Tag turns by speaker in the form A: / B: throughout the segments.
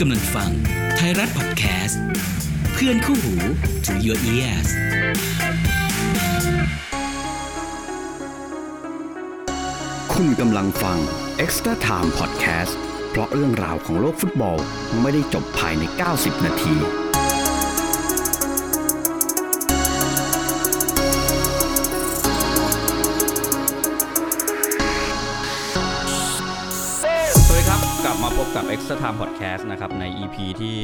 A: กำลังฟังไทยรัฐพอดแคสต์ เพื่อนคู่หู to your ears
B: คุณกำลังฟัง Extra Time Podcast เพราะเรื่องราวของโลกฟุตบอลไม่ได้จบภายใน 90 นาที
C: สวัสดีครับ กลับมาพบกับ Extra Time Podcast นะครับ ใน EP ที่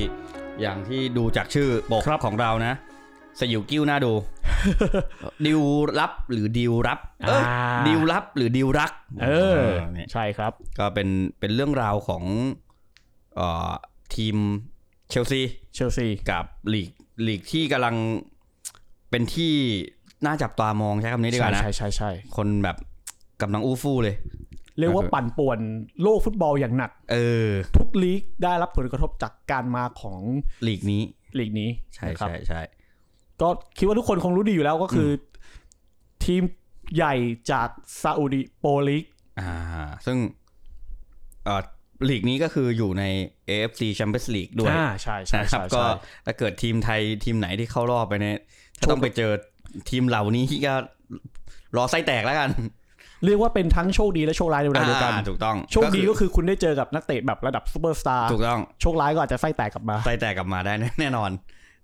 C: อย่างที่ดูจากชื่อปกของเรานะ สยิวกิ้วหน้า ดู ดิวรับหรือดิวรับเอ้ย
D: อ่า
C: ดิวรับหรือดิวรัก
D: เออ
C: เนี่ย
D: ใช่ครับ
C: ก็เป็นเป็นเรื่องราวของเอ่อทีมเชลซี
D: เชลซี
C: กับลีกลีกที่กำลังเป็นที่น่าจับตามองใช้คำนี้ดีก
D: ใช่
C: ว่านะ
D: ใช่ใช่ใช่
C: คนแบบกำลังอู้ฟู่เลย
D: เรียกว่าปั่นป่วนโลกฟุตบอลอย่างหนัก
C: เออ
D: ทุกลีกได้รับผลกระทบจากการมาของ
C: ลีกนี้
D: ลีกนี้
C: ใช่
D: นะครั
C: ใช่ใช่
D: ก็คิดว่าทุกคนคงรู้ดีอยู่แล้วก็คืออทีมใหญ่จากซาอุดิโปรลีก
C: อ่า ซึ่งเอ่อลีกนี้ก็คืออยู่ใน AFC Champions League ด้วย
D: อ่าใช่ใช่
C: นะครับ
D: ใช่
C: ก็
D: ใช่
C: ถ้าเกิดทีมไทยทีมไหนที่เข้ารอบไปเนี่ยถ้าต้องไปเจอทีมเหล่านี้ก็รอไส้แตกแล้วกัน
D: เรียกว่าเป็นทั้งโชคดีและโชคร้ายในเวลาเดียวกัน
C: อ่าถูกต้อง
D: โชคดีก็คือคุณได้เจอกับนักเตะแบบระดับซูเปอร์สตาร์
C: ถูกต้อง
D: โชคร้ายก็อาจจะไส้แตกกลับมา
C: ไส้แตกกลับมาได้แน่แน่นอน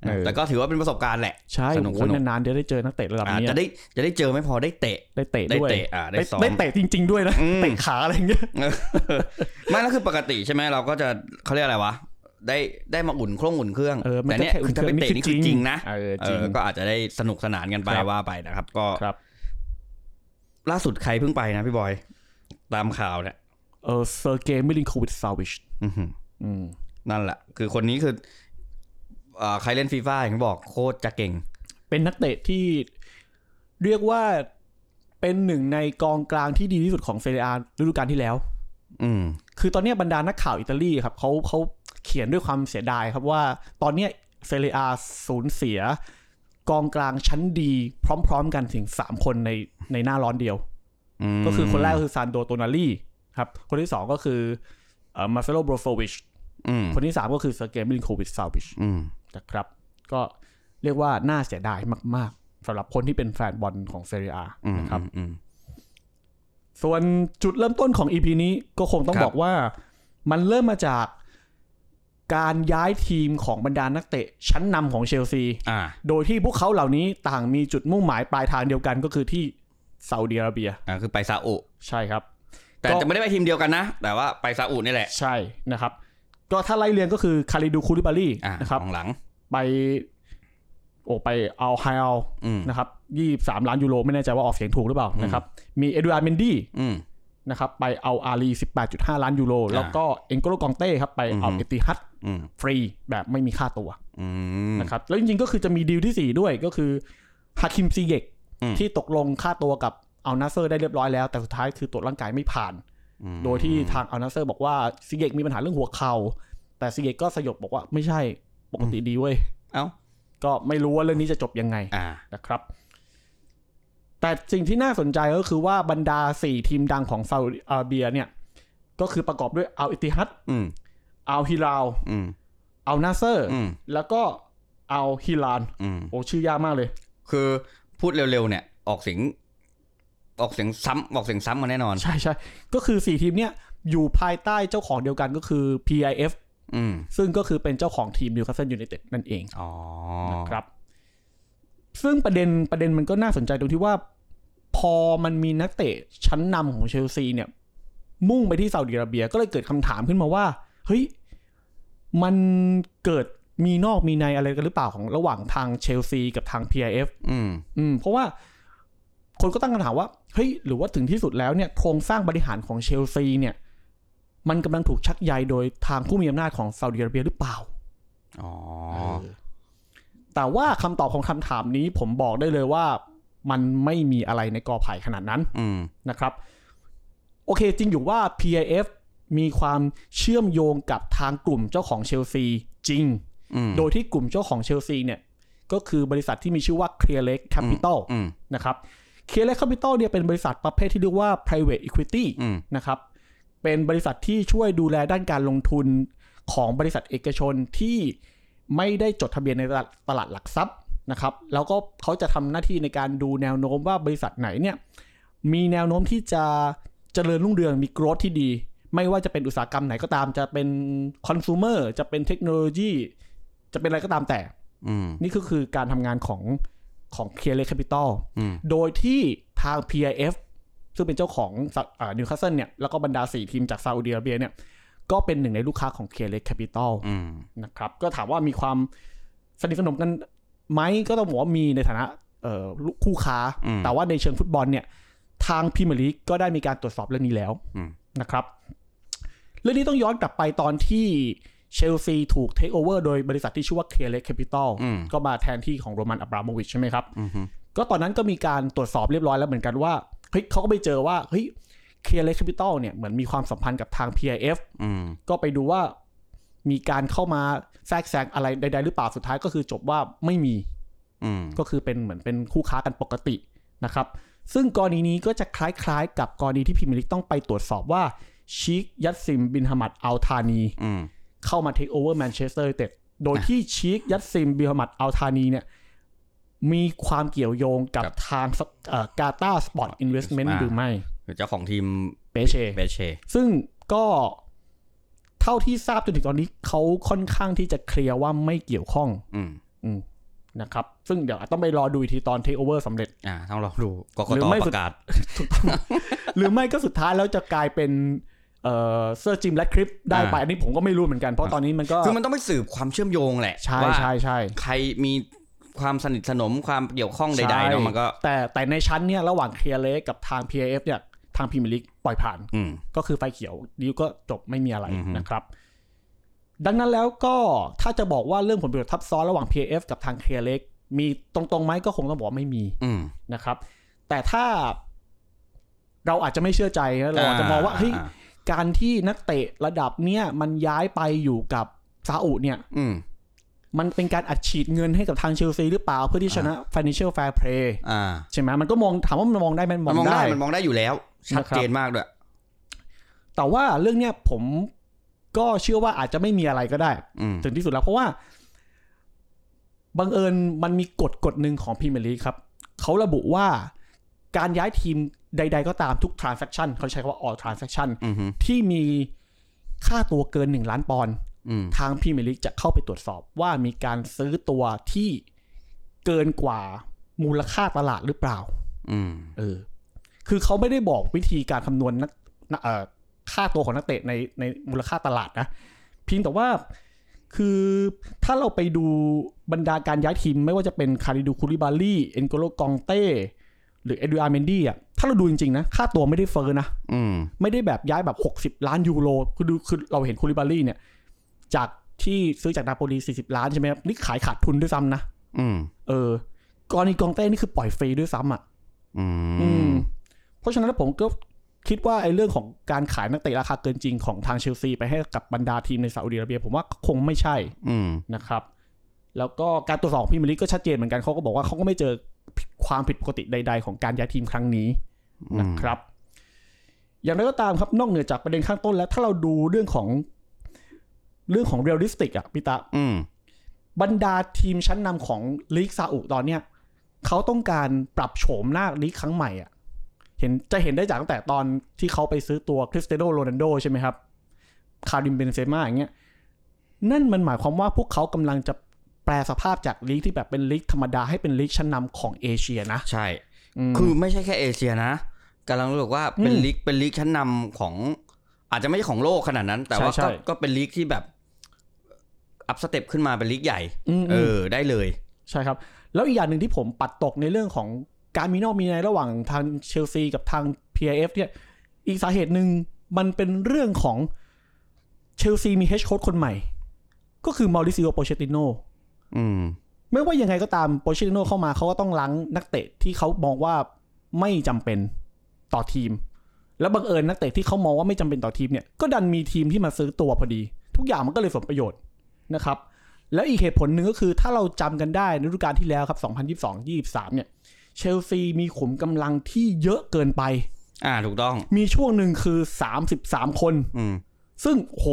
D: เออ
C: แต่ก็ถือว่าเป็นประสบการณ์แหละ
D: ใช่
C: สนุก
D: โอ้ย
C: สนุก
D: นานๆเดี๋ยวได้เจอนักเตะระดับ
C: อ่า
D: นี้
C: จะได้จะได้เจอไม่พอได้เตะ
D: ได้เตะ
C: ได้
D: ด้วย
C: เตะอ่าได้ซ้อม
D: ได้เตะจริง ๆด้วยนะเตะขาอะไรอย่างเงี้ย
C: ไม่แล้วคือปกติใช่ไหมเราก็จะเขาเรียกอะไรวะได้ได้มาอุ่นโครงอุ่นเครื่อง
D: เออมัน
C: แต่
D: ก็
C: เนี่ย
D: แค่
C: คือถ้าไป
D: อุ่นเครื่
C: เตะนี่คือ
D: องนี่คือ
C: จ
D: จริ
C: ริง
D: ง
C: นะ
D: เออจริง
C: ก็อาจจะได้สนุกสนานกันไป
D: ครับ
C: ว่าไปนะครับ ก็
D: ครับ
C: ล่าสุดใครเพิ่งไปนะพี่บอย ตามข่าวเนี่ย
D: เออเซอร์เกย์มิลินโควิดซาวิช
C: อื้อหือ
D: อืม
C: นั่นแหละ คือคนนี้คือเอ่อใครเล่นฟีฟ่าอย่างที่บอกโคตรจะเก่ง
D: เป็นนักเตะที่เรียกว่าเป็นหนึ่งในกองกลางที่ดีที่สุดของเซเรียอาฤดูกาลที่แล้ว
C: อืม
D: คือตอนเนี้ยบรรดานักข่าวอิตาลีครับเขาเขาเขียนด้วยความเสียดายครับว่า ตอนเนี้ยเซเรียอาสูญเสีย กองกลางชั้นดีพร้อม ๆ กันถึงสามคนในในหน้าร้อนเดียว
C: ม
D: ก็คือคนแรกก็คือซานโดโตนาลีครับ คนที่สองก็คือเอ่อมาเฟโลโบรโซวิช
C: อืม
D: คนที่สามก็คือเซอร์เกย์มิลินโควิดซาวิช
C: อืม
D: นะครับก็เรียกว่าน่าเสียดายมาก ๆสำหรับคนที่เป็นแฟนบอลของเซเรีย
C: อืม
D: นะครับ
C: อืม
D: ส่วนจุดเริ่มต้นของ EP นี้ก็คงต้อง
C: ครับ
D: บอกว่ามันเริ่มมาจากการย้ายทีมของบรรดานักเตะชั้นนำของเชลซี
C: อ่า
D: โดยที่พวกเขาเหล่านี้ต่างมีจุดมุ่งหมายปลายทางเดียวกันก็คือที่ซาอุดิอาระเบีย
C: อ่าคือไปซาอุ
D: ใช่ครับ
C: แต่
D: ก็
C: จะไม่ได้ไปทีมเดียวกันนะ แต่ว่าไปซาอุนี่แหละ
D: ใช่นะครับ ก็ถ้าไล่เรียงก็คือคาริดูคูลิบาลี
C: อ่า
D: นะครับ
C: ของหลัง
D: ไปโอไปเอาไฮเอา
C: อืม
D: นะครับยี่สามล้านยูโรไม่แน่ใจว่าออกเสียงถูกหรือเปล่านะครับ มีเอ็ดวาร์ดเมนดี้
C: อืม
D: นะครับไปเอาอารีสิบแปดจุดห้าล้านยูโรแล้วก็เอ็นโกโลกองเต้ครับไปเอา
C: อือฮึ
D: เอติฮัด
C: อืม
D: ฟรีแบบไม่มีค่าตัว
C: อืม
D: นะครับแล้วจริงๆก็คือจะมีดีลที่ 4 ด้วยก็คือฮาคิมซีเยก
C: อืม
D: ที่ตกลงค่าตัวกับเอานาเซอร์ได้เรียบร้อยแล้ว แต่สุดท้ายคือตรวจร่างกายไม่ผ่าน
C: อืม
D: โดยที่ทางเอานาเซอร์บอกว่าซีเยกมีปัญหาเรื่องหัวเข่าแต่ซีเยกก็สยบบอกว่าไม่ใช่ปกติดีเว้ย
C: เอ้า
D: ก็ไม่รู้ว่าเรื่องนี้จะจบยังไง
C: อ่า
D: นะครับ แต่สิ่งที่น่าสนใจก็คือว่าบรรดา 4 ทีมดังของซาอุดิอาระเบียเนี่ย ก็คือประกอบด้วยอัลอิติฮัด
C: อืม
D: อัลฮิลาล
C: อืม
D: อัลนาเซอร์
C: อืม
D: แล้วก็อัลฮิลาน
C: อืม
D: โอ้ชื่อยากมากเลย
C: คือพูดเร็วๆเนี่ย ออกเสียง ออกเสียงซ้ำออกเสียงซ้ำมาแน่นอน
D: ใช่ใช่ก็คือ 4 ทีมเนี่ย อยู่ภายใต้เจ้าของเดียวกันก็คือ PIF
C: อืม
D: ซึ่งก็คือเป็นเจ้าของทีมนิวคาสเซิลยูไนเต็ดนั่นเอง
C: อ๋อ
D: นะครับ ซึ่งประเด็นประเด็นมันก็น่าสนใจตรงที่ว่า พอมันมีนักเตะชั้นนำของเชลซีเนี่ย มุ่งไปที่ซาอุดิอาระเบียก็เลยเกิดคำถามขึ้นมาว่า เฮ้ย มันเกิดมีนอกมีในอะไรกันหรือเปล่าของระหว่างทางเชลซีกับทาง PIF
C: อืม
D: อืมเพราะว่าคนก็ตั้งคำถามว่า เฮ้ย หรือว่าถึงที่สุดแล้วเนี่ยโครงสร้างบริหารของเชลซีเนี่ย มันกำลังถูกชักใยโดยทางผู้มีอำนาจของซาอุดิอาระเบียหรือเปล่า
C: อ๋อ
D: แต่ว่าคำตอบของคำถามนี้ผมบอกได้เลยว่ามันไม่มีอะไรในกอไผ่ขนาดนั้น
C: อืม
D: นะครับ โอเคจริงอยู่ว่า PIF มีความเชื่อมโยงกับทางกลุ่มเจ้าของเชลซีจริง
C: อืม
D: โดยที่กลุ่มเจ้าของเชลซีเนี่ย ก็คือบริษัทที่มีชื่อว่า Clearlake Capital
C: อืม
D: นะครับ Clearlake Capital เนี่ยเป็นบริษัทประเภทที่เรียกว่า private equity
C: อืม
D: นะครับ เป็นบริษัทที่ช่วยดูแลด้านการลงทุน ของบริษัทเอกชนที่ไม่ได้จดทะเบียนในตลาดตลาดหลักทรัพย์นะครับ แล้วก็เขาจะทำหน้าที่ในการดูแนวโน้มว่าบริษัทไหนเนี่ยมีแนวโน้มที่จะเจริญรุ่งเรืองมี growth ที่ดี ไม่ว่าจะเป็นอุตสาหกรรมไหนก็ตามจะเป็น consumer จะเป็นเทคโนโลยีจะเป็นอะไรก็ตามแต่
C: อืม
D: นี่ก็คือการทำงานของของ c l e a r Capital
C: อืม
D: โดยที่ทาง PIF ซึ่งเป็นเจ้าของนิวคาสเซิลเนี่ย แล้วก็บรรดา 4 ทีมจากซาอุดิอาระเบียเนี่ย ก็เป็นหนึ่งในลูกค้าของ c l e a r Capital
C: อืม
D: นะครับ ก็ถามว่ามีความสนิทสนมกันไหมก็ต้องบอกว่ามีในฐานะเอ่อลูกคู่ค้า
C: อืม
D: แต่ว่าในเชิงฟุตบอลเนี่ย ทางพิมลีกก็ได้มีการตรวจสอบเรื่องนี้แล้ว
C: อืม
D: นะครับ เรื่องนี้ต้องย้อนกลับไปตอนที่เชลซีถูกเทคโอเวอร์โดยบริษัทที่ชื่อว่าเคเล Capital
C: อืม
D: ก็มาแทนที่ของโรมันอับราโมวิชใช่ไหมครับ
C: อืมอืม
D: ก็ตอนนั้นก็มีการตรวจสอบเรียบร้อยแล้วเหมือนกันว่าเฮ้ยเขาก็ไปเจอว่าเฮ้ยเคเล Capital เนี่ยเหมือนมีความสัมพันธ์กับทาง PIF
C: อืม
D: ก็ไปดูว่ามีการเข้ามาแทรกแซงอะไรใด ๆ หรือเปล่าสุดท้ายก็คือจบว่าไม่มี
C: อืม
D: ก็คือเป็นเหมือนเป็นคู่ค้ากันปกตินะครับ ซึ่งกรณีนี้ก็จะคล้ายๆ กับกรณีที่พิมยร์ลิกต้องไปตรวจสอบว่าชิคยัดซิมบินฮามัดอัลธานี
C: อืม
D: เข้ามาเทคโอเวอร์แมนเชสเตอร์ยูไนเต็ดโดยที่ชิคยัดซิมบินฮามัดอัลธานีเนี่ยมีความเกี่ยวโยงกับทางกาตาสปอร์ตอินเวสเมนต์หรือไม่
C: คือเจ้าของทีม
D: เปเช
C: เบเช
D: ซึ่งก็เท่าที่ทราบจนถึงตอนนี้เขาค่อนข้างที่จะเคลียร์ว่าไม่เกี่ยวข้อง
C: อืม
D: อืมนะครับ ซึ่งเดี๋ยวต้องไปรอดูอีกทีตอนเทคโอเวอร์สำเร็จ
C: อ่าต้องลองดูกก
D: หรื
C: ต
D: อไม่
C: ประกาศ
D: ถูกต้อง หรือไม่ก็สุดท้ายแล้วจะกลายเป็นเอ่อเซอร์จิมและคลิปได้ไป
C: อ่า
D: อันนี้ผมก็ไม่รู้เหมือนกันเพราะตอนนี้มันก็
C: คือมันต้องไปสืบความเชื่อมโยงแหละ
D: ใช่
C: ว่า
D: ใช่ใช่
C: ใครมีความสนิทสนมความเกี่ยวข้องใด
D: ใช่
C: ๆเนาะมันก็
D: แต่แต่ในชั้นเนี่ยระหว่างเคลียร์เลกกับทาง PAF เนี่ยทางพิมลิกปล่อยผ่าน
C: อืม
D: ก็คือไฟเขียวดิวก็จบไม่มีอะไร
C: อือฮึ
D: นะครับ ดังนั้นแล้วก็ถ้าจะบอกว่าเรื่องผลประโยชน์ทับซ้อนระหว่าง PF กับทางเคลียร์เล็ก มีตรงๆไหมก็คงต้องบอกว่าไม่มี
C: อืม
D: นะครับ แต่ถ้าเราอาจจะไม่เชื่อใจนะเราอาจจะมองว่าเฮ้ยการที่นักเตะระดับเนี้ยมันย้ายไปอยู่กับซาอุเนี่ย
C: อืม
D: มันเป็นการอัดฉีดเงินให้กับทางเชลซีหรือเปล่าเพื่อที่ชนะ Financial Fair Play
C: อ่า
D: ใช่ไหมมันก็มองถามว่ามันมองได้ไหมันม
C: มั
D: อน ง
C: มอง
D: ได้
C: ได้มันมองได้อยู่แล้ว ชัด
D: นะครับ
C: เจนมากด้วย
D: แต่ว่าเรื่องเนี้ยผมก็เชื่อว่าอาจจะไม่มีอะไรก็ได้
C: อืม
D: ถึงที่สุดแล้วเพราะว่าบังเอิญมันมีกฎกฎหนึ่งของพรีเมียร์ลีกครับ เขาระบุว่าการย้ายทีมใด ๆ ก็ตามทุก transaction เขาใช้คำว่า all transaction
C: อืมฮึ
D: ที่มีค่าตัวเกิน 1 ล้านปอนด์
C: อืม
D: ทางพรีเมียร์ลีกจะเข้าไปตรวจสอบว่ามีการซื้อตัวที่เกินกว่ามูลค่าตลาดหรือเปล่า
C: อืม
D: เออ คือเขาไม่ได้บอกวิธีการคำนวณนักนักเอ่อค่าตัวของนักเตะในในมูลค่าตลาดนะเพียงแต่ว่าคือถ้าเราไปดูบรรดาการย้ายทีม ไม่ว่าจะเป็นคาริดูคูริบาลีเอนโกโลกองเต้ หรือเอ็ดดูอาร์เมนดี้อ่ะ ถ้าเราดูจริงๆนะ ค่าตัวไม่ได้เฟอร์นะ
C: อืม
D: ไม่ได้แบบย้ายแบบ 60 ล้านยูโร คือดูคือเราเห็นคูริบาลีเนี่ย จากที่ซื้อจากนาโปลี 40 ล้านใช่ไหมครับนี่ขายขาดทุนด้วยซ้ำนะ
C: อืม
D: เออ กรณีกองเต้นี่คือปล่อยฟรีด้วยซ้ำอ่ะ
C: อื
D: อื
C: ม
D: มเพราะฉะนั้นผมก็คิดว่าไอ้เรื่องของการขายนักเตะราคาเกินจริงของทางเชลซีไปให้กับบรรดาทีมในซาอุดิอาระเบีย ผมว่าคงไม่ใช่
C: อืม
D: นะครับ แล้วก็การตรวจสอบของพรีเมียร์ลีกก็ชัดเจนเหมือนกันเขาก็บอกว่าเขาก็ไม่เจอความผิดปกติใด ๆ ของการย้ายทีมครั้งนี้นะครับ อย่างไรก็ตามครับนอกเหนือจากประเด็นข้างต้นแล้ว ถ้าเราดูเรื่องของเรื่องของเรียลลิสติกอะพี่ตา
C: อืม
D: บรรดาทีมชั้นนำของลีกซาอุตอนเนี้ยเขาต้องการปรับโฉมหน้าลีกครั้งใหม่อ่ะเห็นจะเห็นได้จากตั้งแต่ตอนที่เขาไปซื้อตัวคริสเตยโนโรนันโดใช่ไหมครับ คาริมเบนเซม่าอย่างเงี้ยนั่นมันหมายความว่าพวกเขากำลังจะแปลสภาพจากลีกที่แบบเป็นลีกธรรมดาให้เป็นลีกชั้นนำของเอเชียนะ
C: ใช่
D: ม
C: คือไม่ใช่แค่เอเชียนะกำลังรู้สึกว่าเป็น
D: อืม
C: ลีกเป็นลีกชั้นนำของ อาจจะไม่ใช่ของโลกขนาดนั้น แต่ว่า
D: ใช่ใช่
C: ก็ก็เป็นลีกที่แบบอัพสเต็ปขึ้นมาเป็นลีกใหญ่
D: ม
C: เอ
D: ม
C: อ ได้เลย
D: ใช่ครับ แล้วอีกอย่างหนึ่งที่ผมปัดตกในเรื่องของการมีนอกมีในระหว่างทางเชลซีกับทาง PIF เนี่ยอีกสาเหตุหนึ่งมันเป็นเรื่องของเชลซีมีเฮดโค้ชคนใหม่ ก็คือมาริซิโอโปเชติโน
C: อืม
D: ไม่ว่ายังไงก็ตามโปเชติโนเข้ามาเขาก็ต้องล้างนักเตะที่เขามองว่าไม่จำเป็นต่อทีม แล้วบังเอิญนักเตะที่เขามองว่าไม่จำเป็นต่อทีมเนี่ยก็ดันมีทีมที่มาซื้อตัวพอดี ทุกอย่างมันก็เลยสมประโยชน์นะครับ แล้วอีกเหตุผลหนึ่งก็คือถ้าเราจำกันได้ในฤดูกาลที่แล้วครับ 2022-23 เนี่ย เชลซีมีขุมกำลังที่เยอะเกินไป
C: อ่า ถูกต้อง
D: มีช่วงหนึ่งคือ 33 คน
C: อืม
D: ซึ่งโห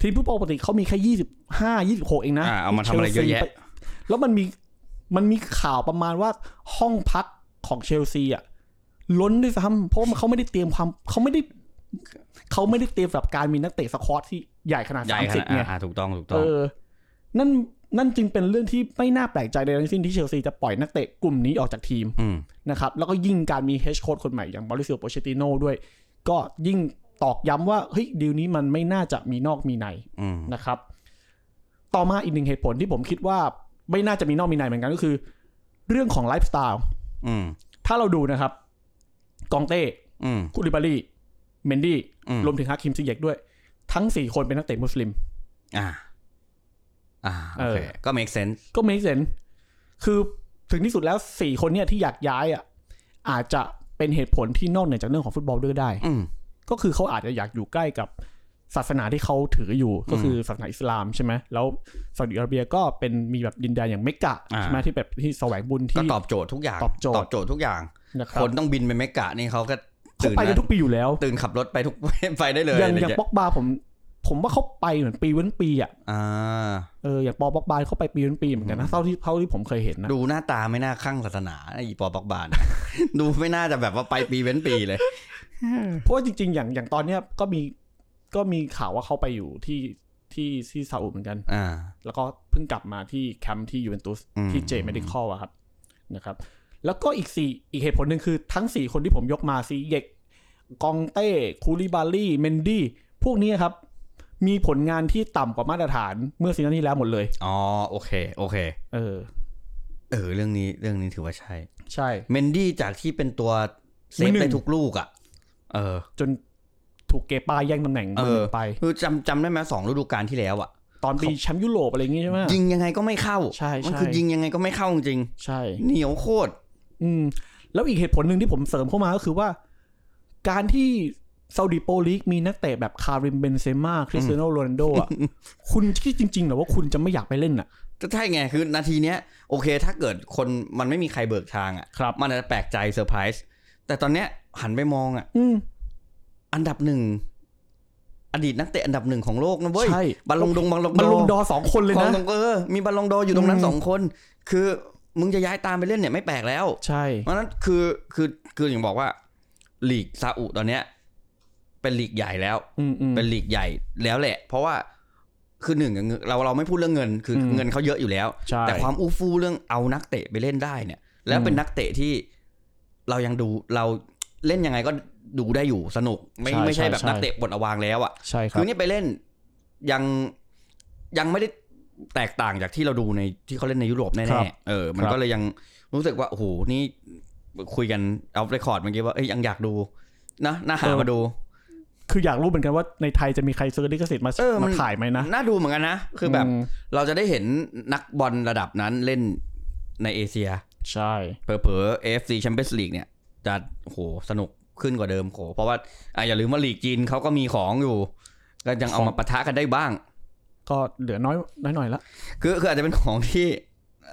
D: ทีมฟุตบอลปกติเขามีแค่ยี่สิบห้ายี่สิบหกเองนะ
C: อ่าเอามาทำอะไรเยอะแยะ
D: ชลซีปแล้วมันมีมันมีข่าวประมาณว่าห้องพักของเชลซีอ่ะล้นด้วยซ้ำเพราะว่าเขาไม่ได้เตรียมความเขาไม่ได้เขาไม่ได้เตรียมสำหรับการมีนักเตะสควอตที่ใหญ่ขนาด
C: ใหญ่
D: สาม
C: ข
D: สิบ
C: นาด
D: เนี่ย
C: อ่าถูกต้องถูกต้
D: เอ
C: อง
D: อ นั่น นั่นจึงเป็นเรื่องที่ไม่น่าแปลกใจใดทั้งสิ้นที่เชลซีจะปล่อยนักเตะกลุ่มนี้ออกจากทีม
C: อืม
D: นะครับ แล้วก็ยิ่งการมีเฮดโค้ดคนใหม่อย่างบริสิลโปเชติโน่ด้วย ก็ยิ่งตอกย้ำว่า เฮ้ยดีลนี้มันไม่น่าจะมีนอกมีใน
C: อืม
D: นะครับ ต่อมาอีกหนึ่งเหตุผลที่ผมคิดว่าไม่น่าจะมีนอกมีในเหมือนกันก็คือ เรื่องของไลฟ์สไตล์
C: อืม
D: ถ้าเราดูนะครับ กองเต้
C: อืม
D: คูลิบารีเมนดี้
C: อืม
D: รวมถึงฮาคิมซิเยกด้วย ทั้งสี่คนเป็นนักเตะมุสลิม
C: อ่า อ่าโอเค
D: เออ
C: ก็ make sense
D: ก็ make sense คือถึงที่สุดแล้วสี่คนเนี่ยที่อยากย้ายอ่ะอาจจะเป็นเหตุผลที่นอกเหนือจากเรื่องของฟุตบอลด้วยก็ได้
C: อืม
D: ก็คือเขาอาจจะอยากอยู่ใกล้กับศาสนาที่เขาถืออยู่ก็คือศาสนาอิสลามใช่ไหมแล้วซาอุดิอาระเบียก็เป็นมีแบบดินแดนอย่างเมกะ
C: อ่า
D: ใช่ไหมที่แบบที่แสวงบุญ
C: ก็
D: ที่
C: ตอบโจทย์ทุกอย่าง
D: ตอบโจทย์
C: ทุกอย่าง
D: นะครับ
C: คนต้องบินไปเมกะนี่เขาก็
D: เขา
C: ตื่น
D: ไปกัน
C: นะ
D: ทุกปีอยู่แล้ว
C: ตื่นขับรถไปทุก ไปได้เล
D: อย่า
C: ยะ
D: ง
C: ไร
D: อย่าง
C: เงี้
D: ป็อกบาผม ผมว่าเขาไปเหมือนปีเว้นปีอ่ะ
C: อ่า
D: เอออย่างปอป็อกบาเขาไปปีเว้นปีเหมือนกันนะเท่าที่เท่าที่ผมเคยเห็นนะ
C: ดูหน้าตาไม่น่าคลั่งศาสนาไอ้อีปอปอกบาน ดูไม่น่าจะแบบว่าไปปีเว้นปีเลย
D: เพราะว่าจริงๆ อย่างอย่างตอนเนี้ยก็มีก็มีข่าวว่าเขาไปอยู่ที่ที่ที่ซาอุเหมือนกัน
C: อ่า
D: แล้วก็เพิ่งกลับมาที่แคมป์ที่ยูเวนตุส
C: อืม
D: ที่เจเมดิคอลอะครับนะครับ แล้วก็อีกสี่อีกเหตุผลหนึ่งคือทั้งสี่คนที่ผมยกมาซีเยกกองเต้คูลิบาลีเมนดี้พวกนี้ครับ มีผลงานที่ต่ำกว่ามาตรฐานเมื่อซีซั่นที่แล้วหมดเลย
C: อ๋อโอเค โอเค
D: เออ
C: เออ เรื่องนี้เรื่องนี้ถือว่าใช่
D: ใช่
C: เมนดี้จากที่เป็นตัวเซ
D: มื
C: ฟ
D: อหนึ่ง
C: ได้ทุกลูกอ่ะ เออ
D: จนถูกเกปาแย่งตำแหน่ง
C: เอ
D: มือห
C: อ
D: นึ่งไป
C: คือจำจำได้ไหมสองฤดูกาลที่แล้วอ่ะ
D: ตอนปีแชมป์ยุโรปอะไรอย่างงี้ใช่ไหม
C: ยิงยังไงก็ไม่เข้า
D: ใช่ใช่
C: มัคือยิงยังไงก็ไม่เข้าจริง
D: ใช่
C: ๆเหนียวโคตร
D: อืมแล้วอีกเหตุผลหนึ่งที่ผมเสริมเข้ามาก็คือว่า การที่ซาอุดิโปรลีกมีนักเตะแบบคาริมเบนเซม่าคริสเตียโนโรนัลโดอ่ะ คุณคิดจริงๆเหรอว่าคุณจะไม่อยากไปเล่นอ่ะ
C: ก็ใช่ไง คือนาทีเนี้ยโอเค ถ้าเกิดคนมันไม่มีใครเบิกทางอ่ะ
D: ครับ
C: มันอาจจะแปลกใจเซอร์ไพรส์ แต่ตอนเนี้ยหันไปมองอ่ะ
D: อืม
C: อันดับหนึ่ง อดีตนักเตะอันดับหนึ่งของโลกนะเว้ย
D: ใช่
C: บอลลงดงบอลลง
D: มันลุมดอสองคนเลย
C: ของ
D: นะ
C: ตรงเออมีบอลลงดออยู่ตรงนั้
D: อื
C: น
D: ม
C: สองคน คือมึงจะย้ายตามไปเล่นเนี่ยไม่แปลกแล้ว
D: ใช่
C: เพราะฉะนั้นคือคือคืออย่างบอกว่าลีกซาอุตอนเนี้ย เป็นลีกใหญ่แล้ว
D: อืมอืม
C: เป็นลีกใหญ่แล้วแหละ เพราะว่าคือหนึ่งอะเงินเราเราไม่พูดเรื่องเงิน คืออ
D: ม
C: เงินเขาเยอะอยู่แล้ว
D: ใช่
C: แต่ความอู้ฟู่เรื่องเอานักเตะไปเล่นได้เนี่ย แล้วเป็นนักเตะที่เรายังดูเราเล่นยังไงก็ดูได้อยู่สนุก ไม่ไม่ใช่แบบนักเตะบทระวางแล้วอ่ะ
D: ใช่ครั
C: คื
D: บ
C: อนี่ไปเล่นยังยังไม่ได้แตกต่างจากที่เราดูในที่เขาเล่นในยุโรป
D: ครั
C: แน่
D: บ
C: ๆเออ มัน
D: ครับ
C: ก็เลยยังรู้สึกว่าโอ้โหนี่คุยกันเอาเรคคอร์ดเมื่อกี้ว่าเอ้ยยังอยากดูนะน่าหามาดู
D: คืออยากรู้เหมือนกันว่าในไทยจะมีใครซื้อลิขสิทธิ์มา
C: เออมั
D: มาน ขายไหมนะ
C: น่าดูเหมือนกันนะคือแบบ
D: ม
C: เราจะได้เห็นนักบอลระดับนั้นเล่นในเอเชีย
D: ใช่
C: เผลอๆ AFC Champions League เนี่ยจะโหสนุกขึ้นกว่าเดิมโหเพราะว่าอ่ะอย่าลืมว่าลีกจีนเขาก็มีของอยู่ ก็ยังเอามาปะทะกันได้บ้าง
D: ก็เหลือน้อยน้อยหน่อยละ
C: คือคืออาจจะเป็นของที่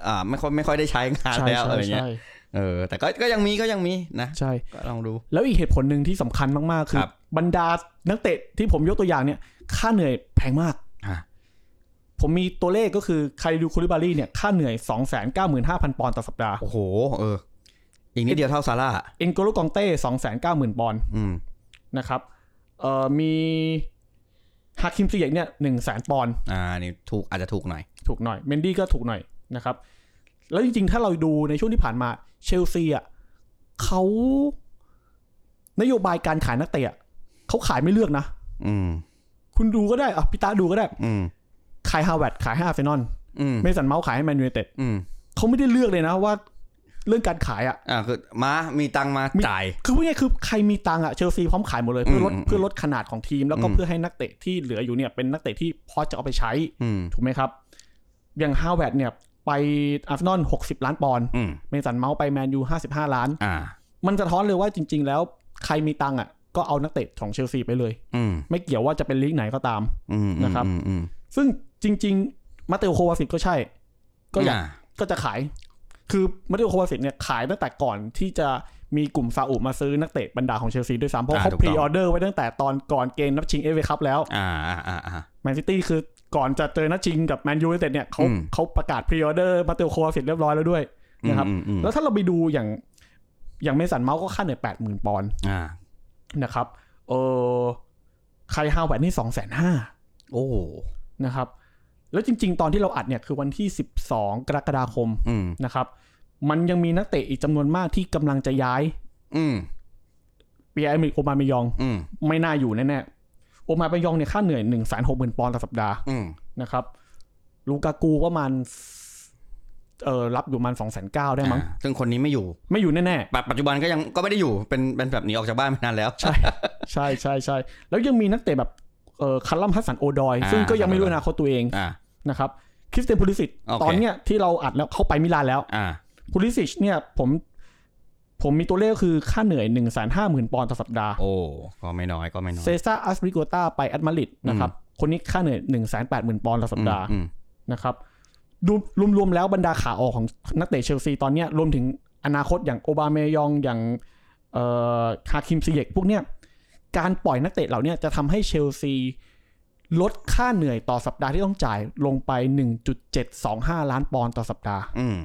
C: อ่าไม่ค่อยไม่ค่อยได้ใช้งาน
D: ใช่
C: แล้ว
D: ใช่
C: อะไรเงี้ย
D: ใช่
C: เออแต่ก็ก็ยังมีก็ยังมีนะ
D: ใช่
C: ก็ลองดู
D: แล้วอีกเหตุผลหนึ่งที่สำคัญมาก ๆ คือ
C: ครับ
D: บรรดานักเตะที่ผมยกตัวอย่างเนี่ย ค่าเหนื่อยแพงมาก
C: ฮะ
D: ผมมีตัวเลขก็คือใครดูคูลิบารีเนี่ย ค่าเหนื่อย 2 9 5 0 0 0 ปอนด์ต่อสัปดาห์
C: โอ้โห เออ อีกนิดเดียวเท่าซาร่า
D: เอ็นโกลกองเต้ 2 9 0 0 0 0 ปอนด์
C: อืม
D: นะครับเอ่อมีฮาคิมซิเยกเนี่ย 1 0 0 0 0 0 ปอนด์
C: อ่าอันนี่ถูกอาจจะถูกหน่อย
D: ถูกหน่อย เมนดี้ก็ถูกหน่อยนะครับ แล้วจริง ๆ ถ้าเราดูในช่วงที่ผ่านมาเชลซีอ่ะเขานโยบายการขายนักเตะอะเขาขายไม่เลือกนะ
C: อืม
D: คุณดูก็ได้อ่ะพี่ตาดูก็ได้
C: อืม
D: ขายฮาวเวิร์ดขายให้อาร์เซนอล
C: อืม
D: เมสันเมาส์ขายให้แมนยูไนเต็ด
C: อืม
D: เขาไม่ได้เลือกเลยนะว่าเรื่องการขายอ่ะ
C: อ่าคือมามีตังค์มา
D: มี
C: จ่าย
D: คือพูดง่ายๆคือใครมีตังค์อ่ะเชลซีพร้อมขายหมดเลยเพื่อลด
C: อืมอืม
D: เพื่อลดขนาดของทีม แล้วก็
C: อืม
D: เพื่อให้นักเตะที่เหลืออยู่เนี่ยเป็นนักเตะที่พอจะเอาไปใช้
C: อืม
D: ถูกไหมครับ อย่างฮาวเวิร์ดเนี่ยไปอาร์เซนอลหกสิบล้านปอนด์
C: อืม
D: เมสันเมาส์ไปแมนยูห้าสิบห้าล้าน
C: อ่า
D: มันสะท้อนเลยว่าจริง ๆ แล้วใครมีตังค์อ่ะก็เอานักเตะของเชลซีไปเลย
C: อืม
D: ไม่เกี่ยวว่าจะเป็นลีกไหนก็ตาม
C: อืม
D: นะครับ
C: อืมอืม
D: ซึ่งจริง ๆ มาเตโอโควาสิตก็ใช่ ก็อยาก ก็จะขาย คือมาริโอโควาสิตเนี่ยขายตั้งแต่ก่อนที่จะ มีกลุ่มซาอุมาซื้อนักเตะบรรดาของเชลซีด้วยซ้ำเพราะ
C: อ่า
D: เขา
C: ถูก
D: พ
C: ต้
D: รี
C: อง
D: ออเดอร์ไว้ตั้งแต่ตอนก่อนเกมนัดชิงเอฟเอคัพแล้ว
C: อ่าอ่าอ่าอ่า
D: แมนซิตี้คือก่อนจะเจอนัดชิงกับแมนยูไนเต็ดเนี่ยเขา
C: อืม
D: เขาประกาศพรีออเดอร์มาเตลโคเสร็จเรียบร้อยแล้วด้วย
C: นะ
D: นะครับ
C: แล้
D: แล้ว วถ้าเราไปดูอย่างอย่างเมสันเมาส์ก็ค่าเหนื่อยแปดหมื่นปอนด์
C: อ่า
D: นะครับเออใครฮาวแวร์นี่สองแสนห้า
C: โอ้โห
D: นะครับ แล้วจริง ๆ ตอนที่เราอัดเนี่ยคือวันที่สิบสองกรกฎาคม
C: อืม
D: นะครับ มันยังมีนักเตะอีกจำนวนมากที่กำลังจะย้าย
C: อืม
D: เปียร์มิกโอมาเมยอง
C: อืม
D: ไม่น่าอยู่แน่ๆ โอมาเมยองเนี่ยค่าเหนื่อยหนึ่งแสนหกหมื่นปอนด์ต่อสัปดาห์
C: อืม
D: นะครับ ลูกากูประมาณเออรับอยู่ประมันสองแสนเก้าณ290,000ได้มั้ง
C: อ่าซึ่งคนนี้ไม่อยู่
D: ไม่อยู่แน่ๆ
C: ปัจปัจจุบันก็ยังก็ไม่ได้อยู่ เป็นเป็นแบบหนีออกจากบ้านมานานแล้ว
D: ใช่ ใช่ใช่ใช่แล้วยังมีนักเตะแบบเอ่อคาร์ลัมฮัสสันโอดอย
C: อ่า
D: ซึ่งก็ยังไม่รู้อนาคตตัวเอง
C: อ่า
D: นะครับคริสเตียนพูลิสิต
C: โอเค
D: ตอนเนี้ยที่เราอัดแล้วเขาไปมิลานแล้ว
C: อ่า
D: พูลิสิชเนี่ยผมผมมีตัวเลขคือค่าเหนื่อย1นึ่งแสนห้าหมื่นปอนด์ต่อสัปดาห์
C: โอ้ก็ไม่น้อยก็ไม่น้อย
D: เซซ่าอัสริโกต้าไปแอตมาดริดนะครับคนนี้ค่าเหนื่อย1นึ่งแสนแปดหมื่นปอนด์ต่อสัปดาห์
C: อืม
D: นะครับดูรวมๆแล้วบรรดาขาออกของนักเตะเชลซีตอนเนี้ยรวมถึงอนาคตอย่างโอบาเมยองอย่างเอ่อฮาคิมซิเยกพวกเนี้ย การปล่อยนักเตะเหล่าเนี้ยจะทำให้เชลซี ลดค่าเหนื่อยต่อสัปดาห์ที่ต้องจ่ายลงไป 1.725 ล้านปอนด์ต่อสัปดาห์
C: อืม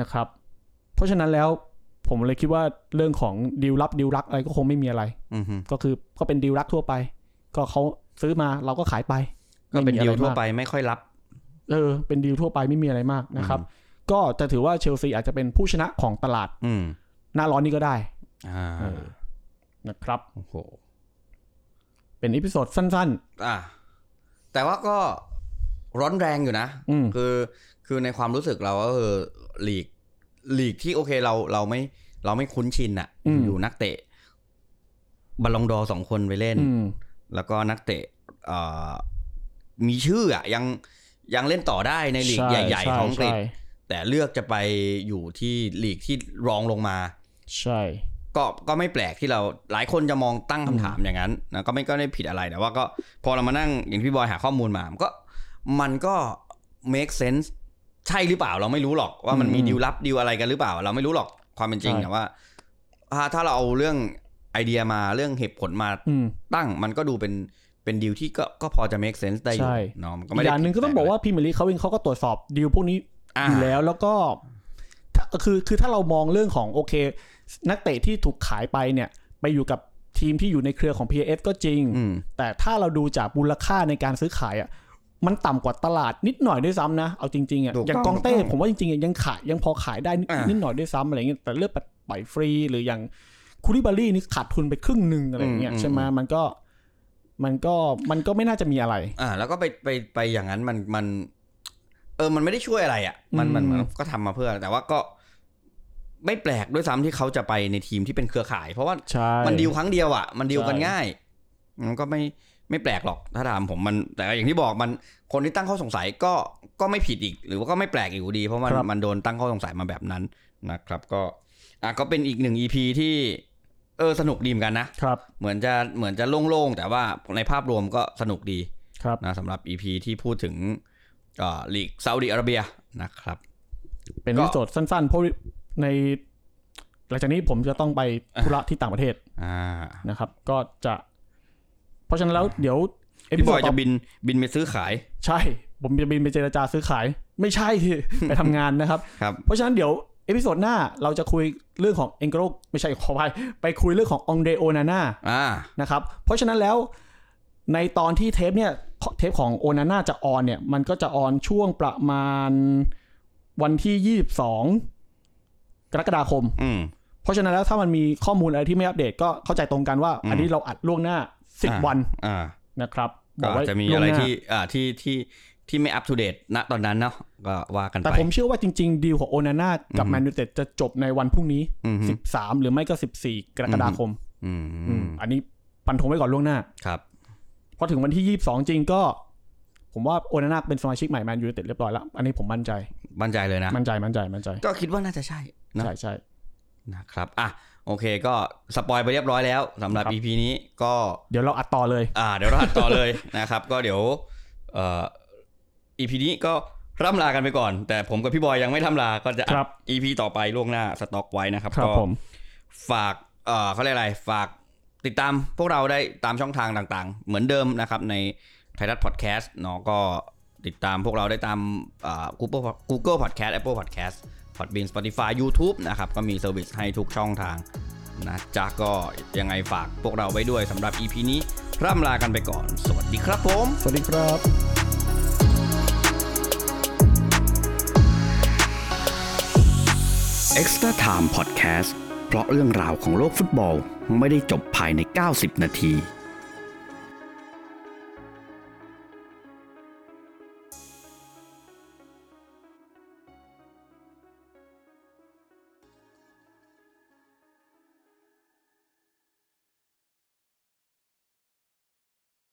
D: นะครับ เพราะฉะนั้นแล้วผมเลยคิดว่าเรื่องของดีลลับดีลรักอะไรก็คงไม่มีอะไร
C: อืมฮึ
D: ก็คือก็เป็นดีลรักทั่วไป ก็เขาซื้อมาเราก็ขายไป
C: ก็เป็น
D: ม่มี
C: ดี
D: อะ
C: ล
D: ร
C: ทั่ว
D: มาก
C: ไปไม่ค่อยรับ
D: เออเป็นดีลทั่วไปไม่มีอะไรมากนะครับ
C: อืม
D: ก็จะถือว่าเชลซีอาจจะเป็นผู้ชนะของตลาด
C: อืม
D: หน้าร้อนนี้ก็ได้
C: อ่า
D: นะครับ
C: โอ้โห
D: เป็นอีพิโซดสั้น
C: อ่ะแต่ว่าก็ร้อนแรงอยู่นะ
D: อืม
C: คือคือในความรู้สึกเราก็คือหลีกหลีกที่โอเคเราเราไม่เราไม่คุ้นชินอะ
D: อืม
C: อยู่นักเตะบอลลงดอร์สองคนไปเล่น
D: ๆอืม
C: แล้วก็นักเตะเอ่อมีชื่ออะยังยังเล่นต่อได้ในลีกใหญ่ ๆ ของอังกฤษ
D: ใช่
C: แต่เลือกจะไปอยู่ที่ลีกที่รองลงมา
D: ใช่
C: ก็ก็ไม่แปลกที่เราหลายคนจะมองตั้งคำถามอย่างนั้นนะก็ไม่ก็ไม่ได้ผิดอะไรแต่ว่าก็พอเรามานั่งอย่างที่พี่บอยหาข้อมูลมามันก็มันก็ make sense ใช่หรือเปล่าเราไม่รู้หรอกว่ามัน
D: อืม
C: มีดีลลับดีลอะไรกันหรือเปล่า เราไม่รู้หรอกความเป็นจริง
D: ใช่
C: แต่ว่าถ้าถ้าเราเอาเรื่องไอเดียมาเรื่องเหตุผลมา
D: อืม
C: ตั้ง มันก็ดูเป็นเป็นดีลที่ก็ก็พอจะ make sense ได้อยู่
D: ใช่
C: เนาะมันก็
D: อี
C: ไม่
D: ก
C: ได้
D: อย่างหนึ่งก็ต้องบอกว่าพรีเมียร์ลีกเขาเองเขาก็ตรวจสอบดีลพวกนี้
C: อ่า
D: อยู่แล้วแล้วก็ถ้าคือคือถ้าเรามองเรื่องของโอเค นักเตะที่ถูกขายไปเนี่ย ไปอยู่กับทีมที่อยู่ในเครือของ PAS ก็จริง
C: อืม
D: แต่ถ้าเราดูจากมูลค่าในการซื้อขายอ่ะมันต่ำกว่าตลาดนิดหน่อยด้วยซ้ำนะ เอาจริงๆอ่ะอย่างกองเต้ผมว่าจริงๆอะยังขายยังพอขายได้นิดนิดหน่อยด้วยซ้ำอะไรเงี้ยแต่เลือกปล่อยฟรีหรืออย่างคูริบารี่นี่ขาดทุนไปครึ่งหนึ่งอะไรอย่างเงี้ยใช่ไหมมันก็มันก็มันก็ไม่น่าจะมีอะไร
C: อ่า แล้วก็ไปไปไปอย่างนั้นมันมัน เออมันไม่ได้ช่วยอะไรอะ่ะ มันมันมัน
D: อืม
C: ก็ทำมาเพื่อ แต่ว่าก็ ไม่แปลกด้วยซ้ำที่เขาจะไปในทีมที่เป็นเครือข่าย เพราะว่า
D: ใช่
C: มันดีลครั้งเดียวอะ่ะ มันดีลกัน
D: ใช่
C: ง่ายมันก็ไม่ไม่แปลกหรอกถ้าถามผมมัน แต่อย่างที่บอกมันคนที่ตั้งข้อสงสัยก็ก็ไม่ผิดอีก หรือว่าก็ไม่แปลกอีกอยู่ดี เพราะมัน
D: ครับ
C: มันโดนตั้งข้อสงสัยมาแบบนั้นนะครับ ก็อ่ะก็เป็นอีกหนึ่งอีพีที่ เออสนุกดีเหมือนกันนะ
D: ครับ
C: เหมือนจะเหมือนจะโล่งๆ แต่ว่าในภาพรวมก็สนุกดี
D: ครับ
C: นะสำหรับ EP ที่พูดถึงเอ่อลีกซาอุดิอาระเบียนะครับ
D: เป็น
C: ก็
D: วิดีโอสั้นๆ เพราะใน หลังจากนี้ผมจะต้องไปธุระที่ต่างประเทศ
C: อ่า
D: นะครับ ก็จะ เพราะฉะนั้นแล้วเดี๋ยวเอพิ
C: พี่
D: โซ
C: บอ
D: ด
C: ย
D: ต่
C: จะ
D: อ
C: บินบินไปซื้อขาย
D: ใช่ ผมจะบินไปเจรจาซื้อขาย ไม่ใช่ที่ ไปทำงานนะครับ
C: ครับ
D: เพราะฉะนั้นเดี๋ยวเอพิโซดหน้าเราจะคุยเรื่องของเอ็นโกรไม่ใช่ขออภัยไปคุยเรื่องขององเดโอนาน่า
C: อ่า
D: นะครับ เพราะฉะนั้นแล้วในตอนที่เทปเนี่ยเทปของโอนาน่าจะออนเนี่ย มันก็จะออนช่วงประมาณวันที่ 22 กรกฎาคม
C: อืม
D: เพราะฉะนั้นแล้วถ้ามันมีข้อมูลอะไรที่ไม่อัปเดตก็เข้าใจตรงกันว่า
C: อืม
D: อันนี้เราอัดล่วงหน้า 10 วัน
C: อ่า
D: นะครับ
C: ก็อาจจะมีอะไร
D: ล่วงหน้า
C: ที่อ่าที่ที่ที่ไม่อัป o d เดตณตอนนั้นเนาะก็ว่ากัน
D: แต่
C: ไป
D: ผมเชื่อว่าจริงๆ ดีลของโอนาน่ากับ
C: อืม
D: แมนยูเต็ดจะจบในวันพรุ่งนี้
C: อืมฮึ
D: 13 หรือไม่ก็ 14 กรกฎาคม
C: อืม
D: อืมอันนี้ปันธงไว้ก่อนล่วงหน้า
C: ครับ
D: พอถึงวันที่ 22 จริงก็ ผมว่าโอนาน่าเป็นสมาชิกใหม่แมนยูเต็ดเรียบร้อยแล้ว อันนี้ผมมั่นใจ
C: มั่นใจเลยนะ
D: มั่นใจมั่นใจมั่นใจ
C: ก็คิดว่าน่าจะใช่เนอะ
D: ใช่ใช่
C: นะครับ อ่ะ โอเคก็สปอยไปเรียบร้อยแล้วสำหรับ
D: ครับ
C: EP นี้ก็
D: เดี๋ยวเราอัดต่อเลย
C: อ่าเดี๋ยวเราอัดต่อเลย นะครับก็เดี๋ยวเอ่อ EP นี้ก็ร่ำลากันไปก่อน แต่ผมกับพี่บอยยังไม่ร่ำลาก็จะอัด
D: ครับ
C: EP ต่อไปล่วงหน้าสต็อกไว้นะครับ
D: ครับ
C: ก็
D: ผม
C: ฝากเอ่อเขาเรียกอะไร ฝากติดตามพวกเราได้ตามช่องทางต่างๆ เหมือนเดิมนะครับในไทยรัฐพอดแคสต์เนาะก็ติดตามพวกเราได้ตามอ่า Google Pod- Google Podcast Apple Podcast Podbean Spotify YouTube นะครับ ก็มีเซอร์วิสให้ทุกช่องทางนะจ๊ะก็ยังไงฝากพวกเราไว้ด้วยสำหรับ EP นี้ร่ำลากันไปก่อน สวัสดีครับผม
D: สวัสดีครับ
B: เอ็กซ์ต Time Podcast เพราะเรื่องราวของโลกฟุตบอลไม่ได้จบภายใน 90 นาที